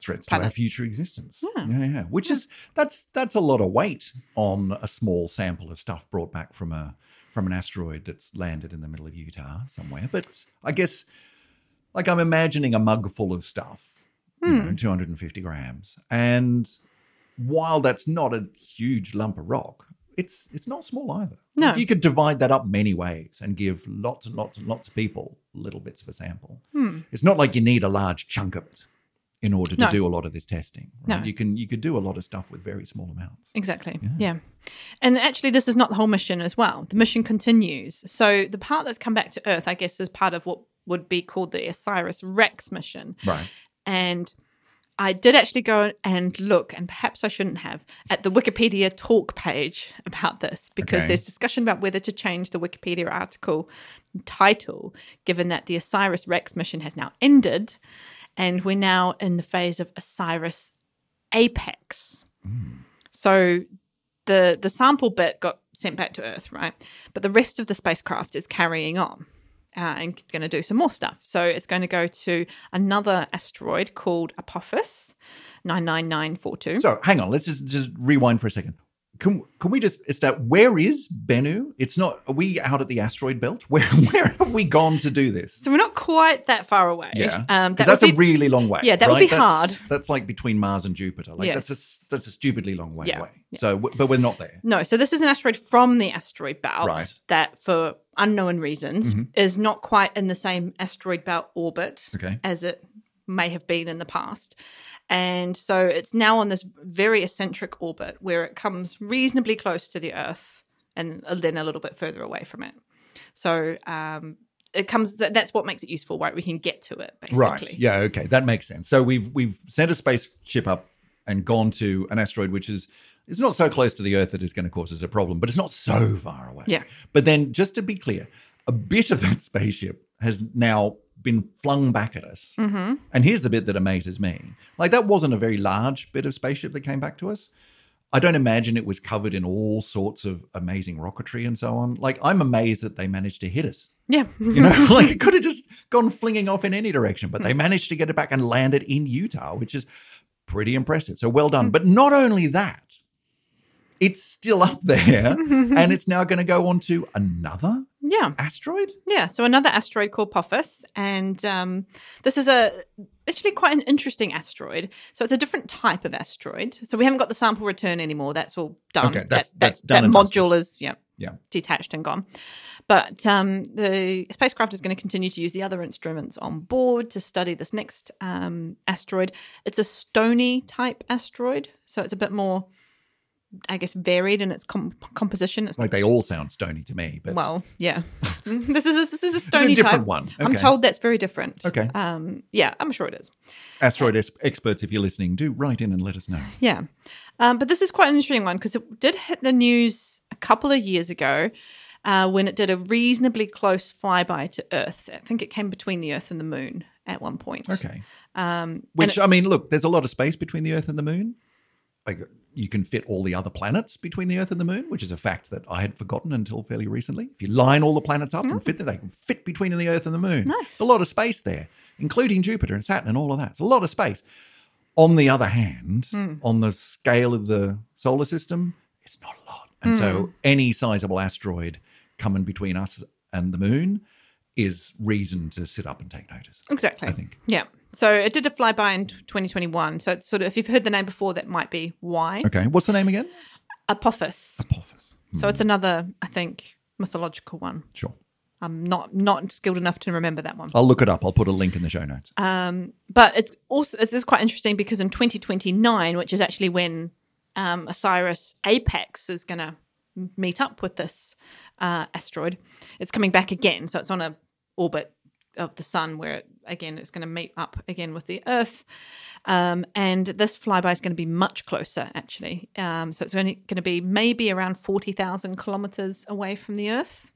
A: Threats to
B: Planet.
A: our future existence.
B: Yeah.
A: yeah, yeah. Which is that's that's a lot of weight on a small sample of stuff brought back from a from an asteroid that's landed in the middle of Utah somewhere. But I guess, like, I'm imagining a mug full of stuff, you
B: Hmm.
A: know, 250 grams, and while that's not a huge lump of rock, it's it's not small either.
B: No.
A: You could divide that up many ways and give lots and lots and lots of people little bits of a sample.
B: Hmm.
A: It's not like you need a large chunk of it in order to
B: No.
A: do a lot of this testing.
B: No.
A: Right? You can you could do a lot of stuff with very small amounts.
B: [LAUGHS] Exactly.
A: Yeah.
B: Yeah. And actually, this is not the whole mission as well. The mission continues. So, the part that's come back to Earth, I guess, is part of what would be called the OSIRIS REx mission.
A: Right.
B: And I did actually go and look, and perhaps I shouldn't have, at the Wikipedia talk page about this because
A: Okay.
B: there's discussion about whether to change the Wikipedia article title, given that the OSIRIS REx mission has now ended and we're now in the phase of OSIRIS APEX. So the the sample bit got sent back to Earth, right? But the rest of the spacecraft is carrying on uh, and going to do some more stuff. So it's going to go to another asteroid called Apophis, nine nine nine four two.
A: So hang on, let's just just rewind for a second. Can can we just is that where is Bennu? It's not are we out at the asteroid belt? [LAUGHS] Where where have we gone to do this?
B: So we're not quite that far away.
A: Yeah.
B: um, that
A: Because that's
B: would
A: a
B: be-
A: really long way.
B: Yeah, that would
A: right?
B: be
A: That's-
B: hard.
A: That's like between Mars and Jupiter. Like that's a s- that's a stupidly long way
B: Yeah,
A: away. So, w- but we're not there.
B: no. So this is an asteroid from the asteroid belt
A: Right.
B: that, for unknown reasons,
A: Mhm.
B: is not quite in the same asteroid belt orbit.
A: Okay.
B: as it may have been in the past. And so it's now on this very eccentric orbit where it comes reasonably close to the Earth and then a little bit further away from it. So um, it comes, that, that's what makes it useful, right? We can get to it basically.
A: Right. Yeah. Okay. That makes sense. So we've we've sent a spaceship up and gone to an asteroid which is it's not so close to the Earth that it's going to cause us a problem, but it's not so far away.
B: Yeah.
A: But then, just to be clear, a bit of that spaceship has now been flung back at us.
B: hmm
A: And here's the bit that amazes me. Like that wasn't a very large bit of spaceship that came back to us. I don't imagine it was covered in all sorts of amazing rocketry and so on. Like I'm amazed that they managed to hit us.
B: Yeah. [LAUGHS]
A: You know, like Mm-hmm. [LAUGHS] it could have just gone flinging off in any direction, but they
B: Mm.
A: managed to get it back and land it in Utah, which is pretty impressive. So well
B: Mm.
A: done. But not only that, it's still up
B: [LAUGHS]
A: there and it's now going to go on to another
B: yeah.
A: asteroid.
B: Yeah, so another asteroid called Pophis, and um, this is a actually quite an interesting asteroid. So it's a different type of asteroid. So we haven't got the sample return anymore. That's all done.
A: Okay, that's-
B: that,
A: that's
B: that,
A: done
B: that
A: and dusted.
B: module is yeah,
A: Yeah.
B: detached and gone. But um, the spacecraft is going to continue to use the other instruments on board to study this next um, asteroid. It's a stony type asteroid, so it's a bit more, I guess, varied in its com- composition. It's
A: Like they all sound stony to me, but
B: well, yeah. [LAUGHS] this is a, this is a
A: it's
B: stony
A: a different
B: type.
A: one.
B: I'm
A: Okay.
B: told that's very different.
A: Okay.
B: Um, yeah, I'm sure it is.
A: asteroid es- experts, if you're listening, do write in and let us know.
B: Yeah. Um, but this is quite an interesting one because it did hit the news a couple of years ago uh, when it did a reasonably close flyby to Earth. I think it came between the Earth and the Moon at one point.
A: Okay.
B: Um,
A: Which
B: and
A: I mean,
B: it's-
A: look, there's a lot of space between the Earth and the Moon. Like you can fit all the other planets between the Earth and the Moon, which is a fact that I had forgotten until fairly recently. If you line all the planets up and fit them, they can fit between the Earth and the Moon.
B: Mm. Nice.
A: A lot of space there, including Jupiter and Saturn and all of that. It's a lot of space. On the other hand,
B: Hmm.
A: on the scale of the solar system, it's not a lot. And
B: Hmm.
A: so any sizable asteroid coming between us and the moon is reason to sit up and take notice.
B: exactly.
A: I think.
B: Yeah. So it did a flyby in 2021. So it's sort of, if you've heard the name before, that might be why.
A: Okay. Hmm. What's the name again?
B: Apophis.
A: Apophis.
B: So it's another, I think, mythological one.
A: Sure.
B: I'm not not skilled enough to remember that one.
A: I'll look it up. I'll put a link in the show notes.
B: Um, but it's also it's, it's quite interesting because in 2029, which is actually when um, Osiris Apex is going to meet up with this uh, asteroid, it's coming back again. So it's on a orbit of the sun where it, again it's going to meet up again with the Earth, um, and this flyby is going to be much closer actually. Um, so it's only going to be maybe around 40,000 kilometers away from the Earth.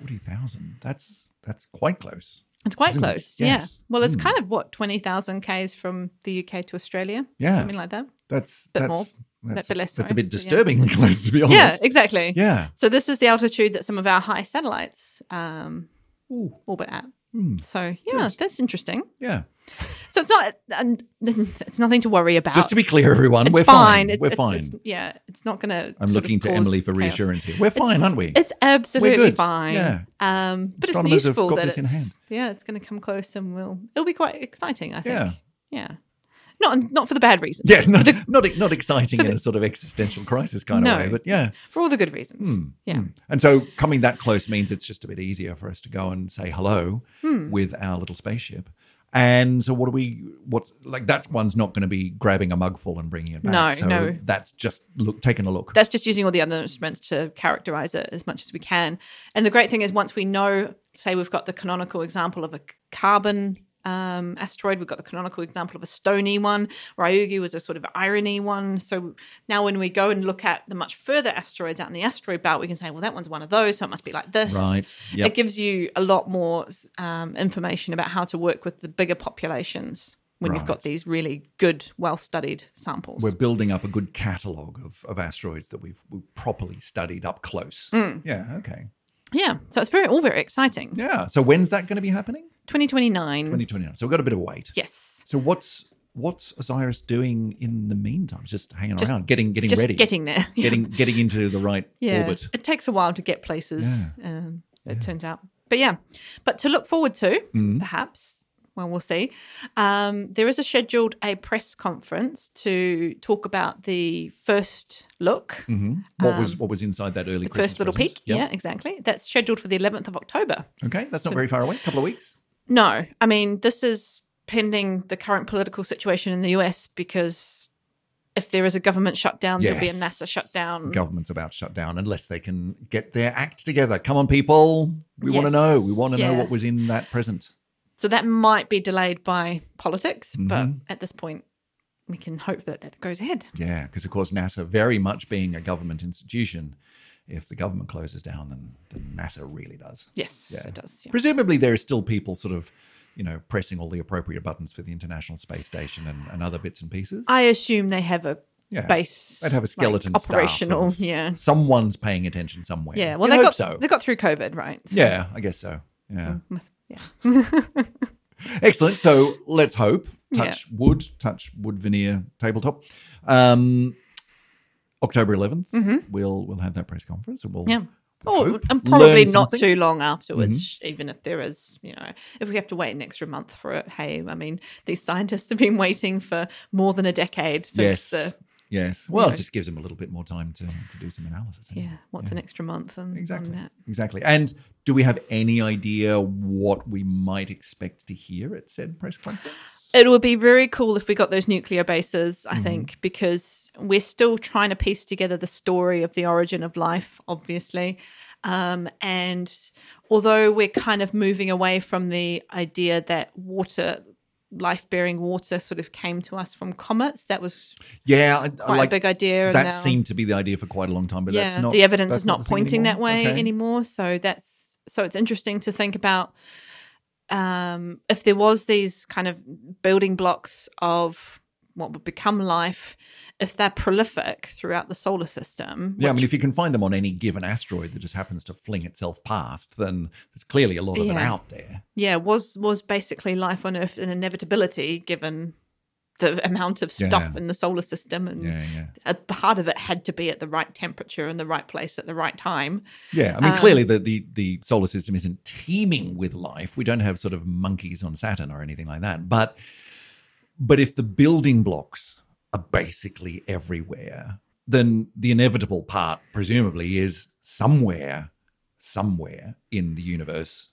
A: Forty thousand. That's that's quite close.
B: It's quite
A: Isn't it?
B: close.
A: Yes.
B: Yeah. Well, it's
A: Mm.
B: kind of what, 20,000 Ks from the UK to Australia?
A: Yeah.
B: Something like that.
A: That's
B: Bit
A: that's that's,
B: bit less,
A: that's a
B: sorry.
A: bit
B: But yeah.
A: disturbingly [LAUGHS] close to be honest.
B: Yeah, exactly.
A: Oh, Yeah.
B: So, this is the altitude that some of our high satellites um,
A: Ooh.
B: orbit at.
A: Hmm.
B: So, yeah,
A: Good.
B: that's interesting.
A: Yeah.
B: So, it's not, um, [LAUGHS] it's nothing to worry about.
A: Just to be clear, everyone,
B: it's
A: we're fine.
B: fine. It's,
A: we're
B: it's-
A: fine.
B: it's- yeah, it's not going to.
A: I'm looking to Emily for reassurance here. We're fine, aren't we?
B: It's absolutely
A: good.
B: fine.
A: Yeah.
B: Um, but it's
A: Astronomers have
B: useful
A: got
B: that
A: this in
B: it's,
A: hand.
B: yeah, it's going to come close and we'll, it'll be quite exciting, I think.
A: yeah.
B: Yeah. Not not for the bad reasons.
A: [LAUGHS] Yeah, not,
B: for, the-
A: not, not exciting
B: for the-
A: in a sort of existential crisis kind
B: No.
A: of way, but yeah.
B: for all the good reasons.
A: Hmm,
B: Yeah.
A: hmm. And so coming that close means it's just a bit easier for us to go and say hello
B: Hmm.
A: with our little spaceship. And so what do we what's like that one's not going to be grabbing a mugful and bringing it back.
B: No,
A: so
B: no.
A: that's just look taking a look.
B: That's just using all the other instruments to characterize it as much as we can. And the great thing is, once we know, say, we've got the canonical example of a c- carbon um, asteroid, we've got the canonical example of a stony one. Ryugu was a sort of irony one. So now, when we go and look at the much further asteroids out in the asteroid belt, we can say, well, that one's one of those, so it must be like this.
A: right.
B: It
A: Yep.
B: gives you a lot more um, information about how to work with the bigger populations when you've
A: Right.
B: got these really good, well studied samples.
A: We're building up a good catalogue of, of asteroids that we've, we've properly studied up close.
B: Mm.
A: Yeah, okay.
B: Yeah, so it's very all very exciting.
A: Yeah. So when's that going to be happening?
B: 2029.
A: 2029. So we've got a bit of wait.
B: Yes.
A: So what's what's Osiris doing in the meantime? Just hanging
B: Just-
A: around, getting getting
B: Just
A: ready,
B: getting there. Yeah.
A: getting getting into the right
B: [LAUGHS] yeah.
A: orbit.
B: It takes a while to get places, um, it turns out. But yeah, but to look forward to,
A: Mm.
B: perhaps, well, we'll see. Um, there is a scheduled a press conference to talk about the first look,
A: hmm What was
B: Um,
A: what was inside that early
B: the
A: Christmas
B: first little
A: present?
B: peek. Yeah, exactly. That's scheduled for the 11th of October.
A: Okay, that's not very far away. A couple of weeks.
B: No, I mean, this is pending the current political situation in the US because if there is a government shutdown, Um, there'll be a NASA
A: The
B: shutdown.
A: government's about to shut down unless they can get their act together. Come on, people. We want to
B: Yes,
A: know. We want to know
B: yeah.
A: what was in that present.
B: So that might be delayed by politics, but
A: Mhm.
B: at this point, we can hope that that goes ahead.
A: Yeah, because of course NASA, very much being a government institution, if the government closes down, then, then NASA really does.
B: Yes,
A: Yeah.
B: it does. yeah.
A: Presumably, there are still people sort of, you know, pressing all the appropriate buttons for the International Space Station and, and other bits and pieces.
B: I assume they have a
A: yeah.
B: base.
A: They'd have a
B: like,
A: skeleton staff and
B: operational.
A: s-
B: yeah.
A: Someone's paying attention somewhere.
B: Yeah. Well,
A: You'd
B: they
A: hope
B: got
A: so.
B: they got through COVID, right? So-
A: Yeah, I guess so. Yeah.
B: Must- yeah.
A: Excellent. So let's hope. Touch wood, touch wood veneer tabletop. Um, October 11th,
B: Mhm.
A: we'll we'll have that press conference and we'll,
B: Yeah.
A: we'll
B: Oh,
A: hope,
B: and
A: learn
B: probably not
A: something. Mm-hmm.
B: too long afterwards, even if there is, you know, if we have to wait an extra month for it. Hey, I mean, these scientists have been waiting for more than a decade
A: Yes.
B: since the,
A: yes. Well,
B: know.
A: it just gives them a little bit more time to, to do some analysis. anyway.
B: yeah, what's an extra month and
A: Exactly.
B: that?
A: Exactly. And do we have any idea what we might expect to hear at said press conference?
B: It would be very cool if we got those nuclear bases,
A: Mm-hmm.
B: I think, because we're still trying to piece together the story of the origin of life, obviously. Um, and although we're kind of moving away from the idea that water, life bearing water, sort of came to us from comets, that was
A: yeah, I- I,
B: quite
A: Uh, like
B: a big idea. and
A: that
B: now-
A: seemed to be the idea for quite a long time, but
B: yeah,
A: that's not
B: the evidence
A: that's
B: is not,
A: the thing
B: pointing that
A: anymore.
B: way
A: Okay.
B: anymore. So that's so it's interesting to think about um, if there was these kind of building blocks of what would become life, if they're prolific throughout the solar system.
A: Yeah, I mean, if you can find them on any given asteroid that just happens to fling itself past, then there's clearly a lot of it
B: Yeah.
A: out there.
B: yeah, was was basically life on Earth an inevitability given the amount of stuff
A: Yeah.
B: in the solar system and.
A: Yeah, yeah.
B: A part of it had to be at the right temperature and the right place at the right time.
A: Yeah, I mean,
B: Um,
A: clearly the, the, the solar system isn't teeming with life. We don't have sort of monkeys on Saturn or anything like that. But but if the building blocks are basically everywhere, then the inevitable part, presumably, is somewhere, somewhere in the universe,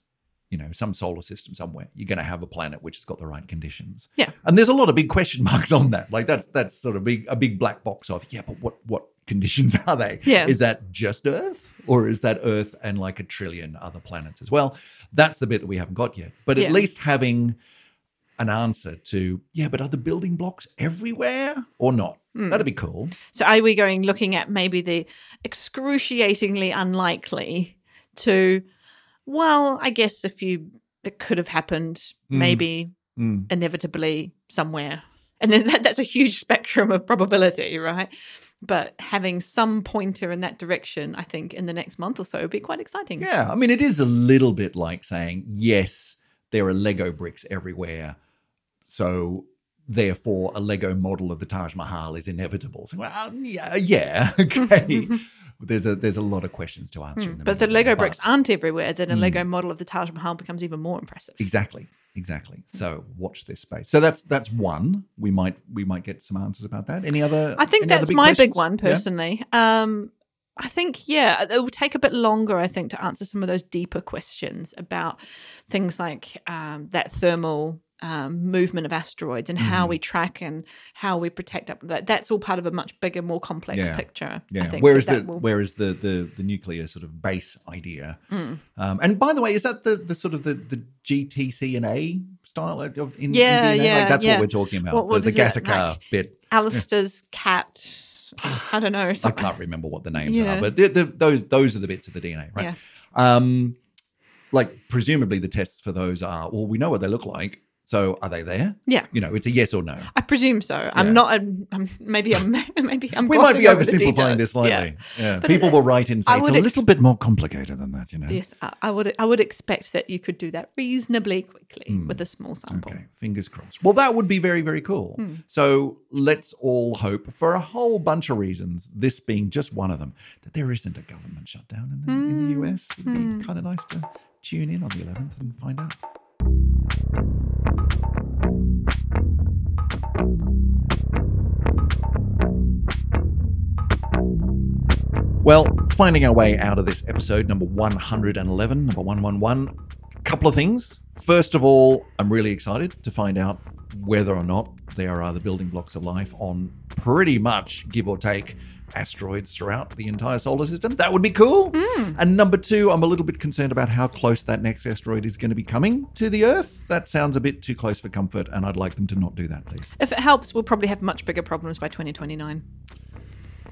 A: you know, some solar system somewhere, you're going to have a planet which has got the right conditions.
B: Yeah.
A: and there's a lot of big question [LAUGHS] marks on that. Like that's that's sort of big a big black box of yeah, but what what conditions are they?
B: Yeah.
A: Is that just Earth? Or is that Earth and like a trillion other planets as well? That's the bit that we haven't got yet. But at
B: Yeah.
A: least having an answer to, yeah, but are the building blocks everywhere or not?
B: Mm.
A: That'd be cool.
B: So are we going looking at maybe the excruciatingly unlikely to well, I guess if you it could have happened
A: Mm.
B: maybe Hmm.
A: Mm.
B: inevitably somewhere. And then [LAUGHS] that, that's a huge spectrum of probability, right? But having some pointer in that direction, I think in the next month or so would be quite exciting.
A: Yeah. I mean, it is a little bit like saying, yes, there are Lego bricks everywhere. So therefore, a Lego model of the Taj Mahal is inevitable. So, well, yeah, yeah, [LAUGHS]
B: [LAUGHS]
A: okay. there's a there's a lot of questions to answer. in
B: Mm. But the
A: middle there,
B: Lego bricks aren't everywhere, then a
A: Mm.
B: Lego model of the Taj Mahal becomes even more impressive.
A: Exactly. exactly.
B: Hmm.
A: So watch this space. So that's that's one. We might we might get some answers about that. Any other?
B: I think
A: any other
B: that's my big
A: questions?
B: one
A: Yeah?
B: personally. Um, I think yeah, it will take a bit longer. I think to answer some of those deeper questions about things like um, that thermal. Um, movement of asteroids and how
A: Mhm.
B: we track and how we protect up that that's all part of a much bigger more complex
A: Yeah.
B: picture I
A: Yeah.
B: think.
A: Where
B: So
A: is
B: that
A: the
B: will-
A: where is the the the nuclear sort of base idea?
B: Mm.
A: Um, and by the way, is that the the sort of the the GTCNA style of of- in,
B: Yeah,
A: in DNA?
B: yeah,
A: like that's
B: yeah.
A: what we're talking about.
B: What- what
A: the the
B: is it?
A: Gattaca
B: Like-
A: bit.
B: Alistair's cat I don't know
A: I
B: something.
A: can't remember what the names
B: Yeah.
A: are, but the, the, those those are the bits of the DNA, right? Um, like presumably the tests for those are well, we know what they look like, so are they there?
B: Yeah.
A: you know, it's a yes or no.
B: I presume so. I'm
A: Yeah.
B: not. I'm, I'm, maybe I'm. [LAUGHS] Maybe I'm.
A: we might
B: glossing
A: be
B: over the
A: oversimplifying
B: details.
A: this
B: Yeah.
A: slightly. Yeah,
B: But
A: people
B: it-
A: will write in
B: I
A: say it's a
B: would ex-
A: little bit more complicated than that, you know.
B: Yes, I, I would. I would expect that you could do that reasonably quickly
A: Mm.
B: with a small sample.
A: Okay, fingers crossed. Well, that would be very, very cool.
B: Hmm.
A: So let's all hope, for a whole bunch of reasons, this being just one of them, that there isn't a government shutdown in the, in the
B: Hmm.
A: US. It'd be
B: Hmm.
A: kind of nice to tune in on the 11th and find out. Well, finding our way out of this episode, number 111, number 111, couple of things. First of all, I'm really excited to find out whether or not there are the building blocks of life on pretty much give or take asteroids throughout the entire solar system. That would be cool. And number two, I'm a little bit concerned about how close that next asteroid is going to be coming to the Earth. That sounds a bit too close for comfort, and I'd like them to not do that, please.
B: If it helps, we'll probably have much bigger problems by 2029.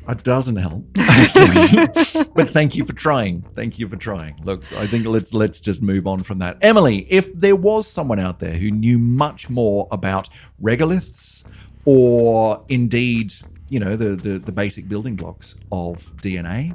A: It doesn't help, [LAUGHS] actually. but thank you for trying. Thank you for trying. Look, I think let's let's just move on from that. Emily, if there was someone out there who knew much more about regoliths, or indeed, you know, the the, the basic building blocks of DNA,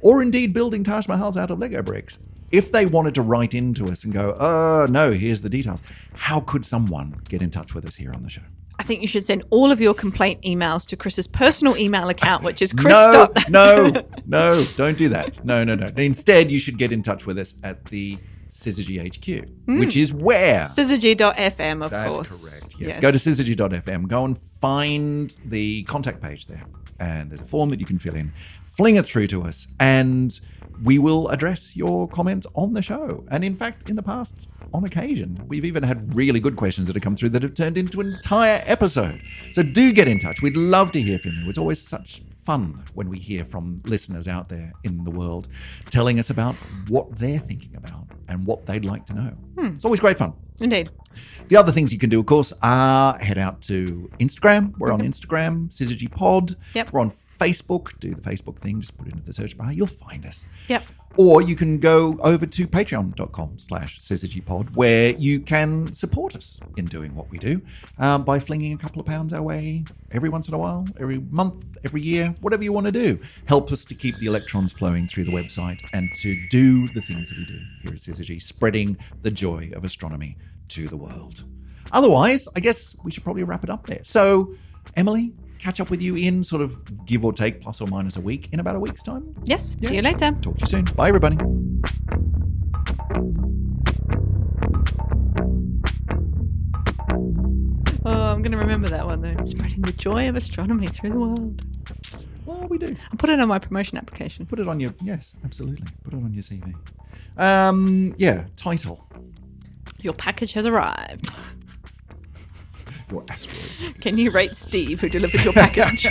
A: or indeed building Taj Mahals out of Lego bricks. If they wanted to write into us and go, oh no, here's the details, how could someone get in touch with us here on the show?
B: I think you should send all of your complaint emails to Chris's personal email account, which is Chris.
A: [LAUGHS] No,
B: dot- [LAUGHS]
A: no, [LAUGHS] no, don't do that. No, no, no. Instead, you should get in touch with us at the Syzygy HQ, which
B: Hmm.
A: is where.
B: syzygy.fm, of
A: That's
B: course.
A: correct. Yes. Go to syzygy.fm. Go and find the contact page there. And there's a form that you can fill in. Fling it through to us. And we will address your comments on the show. And in fact, in the past, on occasion, we've even had really good questions that have come through that have turned into an entire episode. So do get in touch. We'd love to hear from you. It's always such fun when we hear from listeners out there in the world telling us about what they're thinking about and what they'd like to know. It's always great fun.
B: Indeed.
A: The other things you can do, of course, are head out to Instagram. We're on Instagram, Syzygy Pod.
B: Mm-hmm. Yep.
A: We're on Facebook. Do the Facebook thing. Just put it into the search bar. You'll find us.
B: Yep.
A: Or you can go over to patreon.com slash syzygypod where you can support us in doing what we do um, by flinging a couple of pounds our way every once in a while, every month, every year, whatever you want to do. Help us to keep the electrons flowing through the website and to do the things that we do here at Syzygy, spreading the joy of astronomy to the world. Otherwise, I guess we should probably wrap it up there. So, Emily, catch up with you in sort of give or take plus or minus a week in about a week's time.
B: Yes.
A: Yeah.
B: See you later.
A: Talk to you soon. Bye, everybody.
B: Oh, I'm going to remember that one, though. Spreading the joy of astronomy through the world.
A: Well, we do.
B: I'll put it on my promotion application.
A: Put it on your yes, absolutely. Put it on your CV. Um, yeah, title.
B: Your package has arrived.
A: Your asteroid. [LAUGHS]
B: Can you rate Steve, who delivered your package?